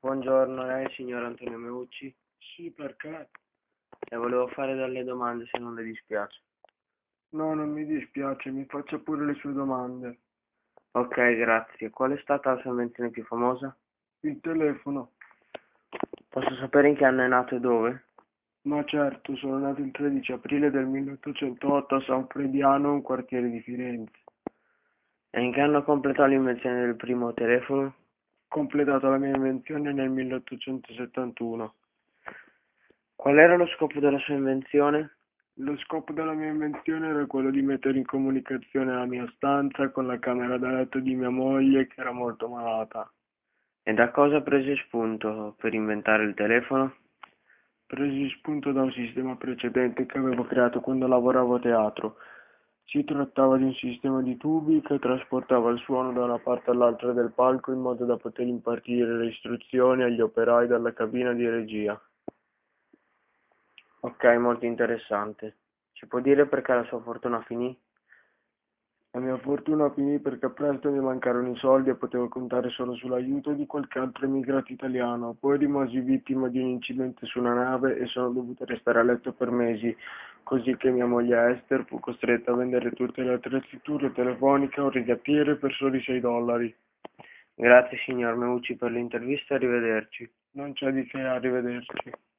Buongiorno, lei è il signor Antonio Meucci? Sì, perché? Le volevo fare delle domande se non le dispiace. No, non mi dispiace, mi faccia pure le sue domande. Ok, grazie. Qual è stata la sua invenzione più famosa? Il telefono? Posso sapere in che anno è nato e dove? Ma certo, sono nato il 13 aprile del 1808 a San Frediano, un quartiere di Firenze. E in che anno completò l'invenzione del primo telefono? Completato la mia invenzione nel 1871. Qual era lo scopo della sua invenzione? Lo scopo della mia invenzione era quello di mettere in comunicazione la mia stanza con la camera da letto di mia moglie che era molto malata. E da cosa prese spunto per inventare il telefono? Presi spunto da un sistema precedente che avevo creato quando lavoravo a teatro. Si trattava di un sistema di tubi che trasportava il suono da una parte all'altra del palco in modo da poter impartire le istruzioni agli operai dalla cabina di regia. Ok, molto interessante. Ci può dire perché la sua fortuna finì? La mia fortuna finì perché presto mi mancarono i soldi e potevo contare solo sull'aiuto di qualche altro emigrato italiano. Poi rimasi vittima di un incidente su una nave e sono dovuta restare a letto per mesi, così che mia moglie Esther fu costretta a vendere tutte le attrezzature telefoniche o rigattiere per soli 6 dollari. Grazie signor Meucci per l'intervista, arrivederci. Non c'è di che, arrivederci.